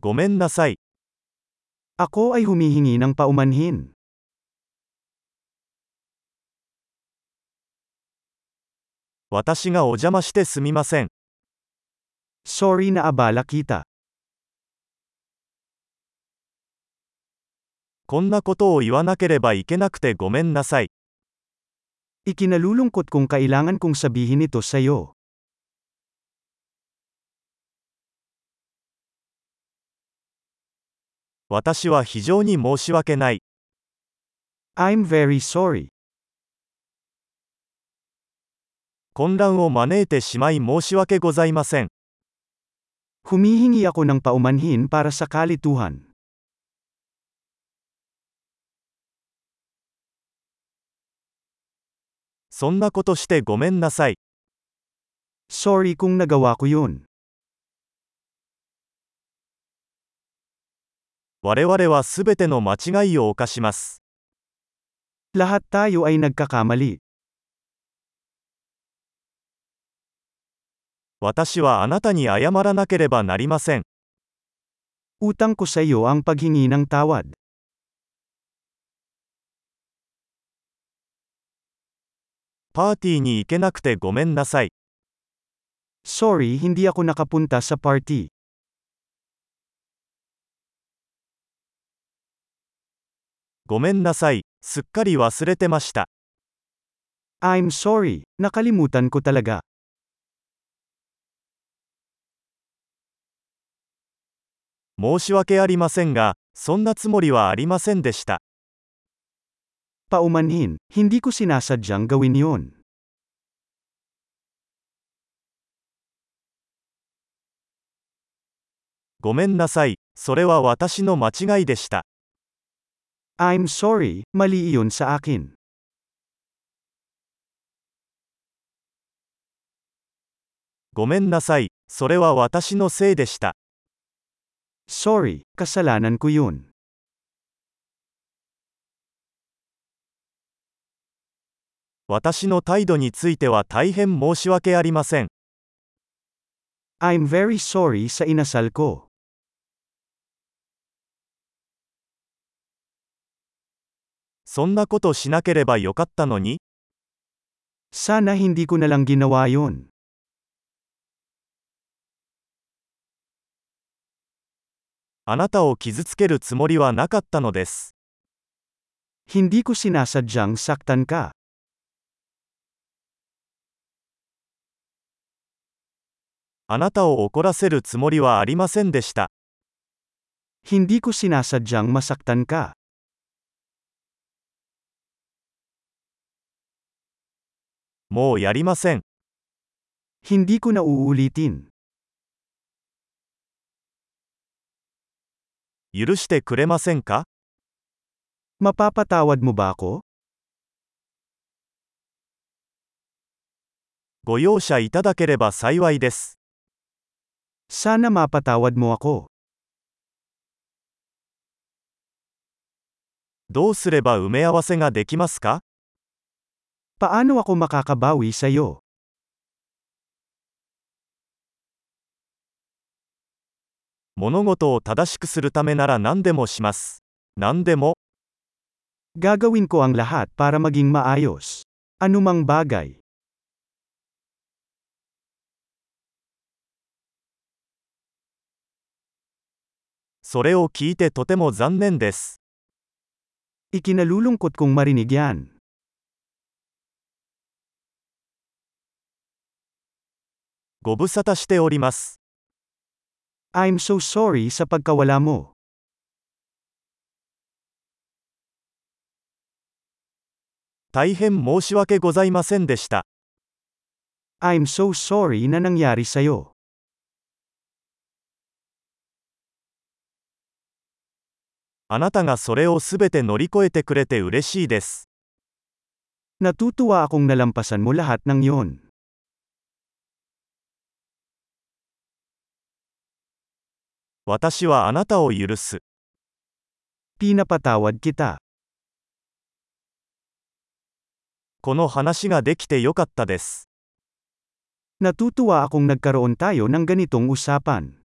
ごめんなさい。 Ako ay humihingi ng paumanhin. 私がお邪魔してすみません。 Sorry na abala kita. こんなことを言わなければいけなくてごめんなさい。 Ikinalulungkot kung kailangan kong sabihin ito sa'yo. 私は非常に申し訳ない。 I'm very sorry. 混乱を招いてしまい申し訳ございません。 Humihingi ako ng paumanhin para sa kalituhan. そんなことしてごめんなさい。 Sorry kung nagawa ko yun. 我々はすべての間違いを犯します。 Lahat tayo ay nagkakamali. 私はあなたに謝らなければなりません。 Utang ko sa iyo ang paghingi ng tawad. パーティーに行けなくてごめんなさい。 Sorry hindi ako nakapunta sa party. ごめんなさい。すっかり忘れてました。 I'm sorry, nakalimutan ko talaga. 申し訳ありませんが、そんなつもりはありませんでした。 Paumanhin, hindi ko sinasadyang gawin yun. ごめんなさい。それは私の間違いでした。 I'm sorry, mali iyon sa akin. ごめんなさい。それは私のせいでした。 Sorry, kasalanan ko yun. 私の態度については大変申し訳ありません。 I'm very sorry sa inasal ko. そんなことしなければよかったのに、 Sana hindi ko nalang ginawa yun. あなたを傷つけるつもりはなかったのです。 Hindi ko sinasadyang saktan ka. あなたを怒らせるつもりはありませんでした。 Hindi ko sinasadyang masaktan ka. もうやりません。 Hindi ko na uulitin. 許してくれませんか Mapapatawad mo ba ako? ご容赦いただければ幸いです。 Sana mapatawad mo ako. どうすれば埋め合わせができますか Paano ako makakabawi sa iyo? 物事を正しくするためなら何でもします。何でも、 Gagawin ko ang lahat para maging maayos. Anumang bagay. それを聞いてとても残念です。 Ikinalulungkot kong marinig yan. ご無沙汰しております。 I'm so sorry sa pagkawala mo. 大変申し訳ございませんでした。 I'm so sorry na nangyari sa'yo. あなたがそれをすべて乗り越えてくれて嬉しいです。 Natutuwa akong nalampasan mo lahat ng yon. 私はあなたを許す。 Pinapatawad kita. この話ができてよかったです。 Natutuwa akong nagkaroon tayo ng ganitong usapan.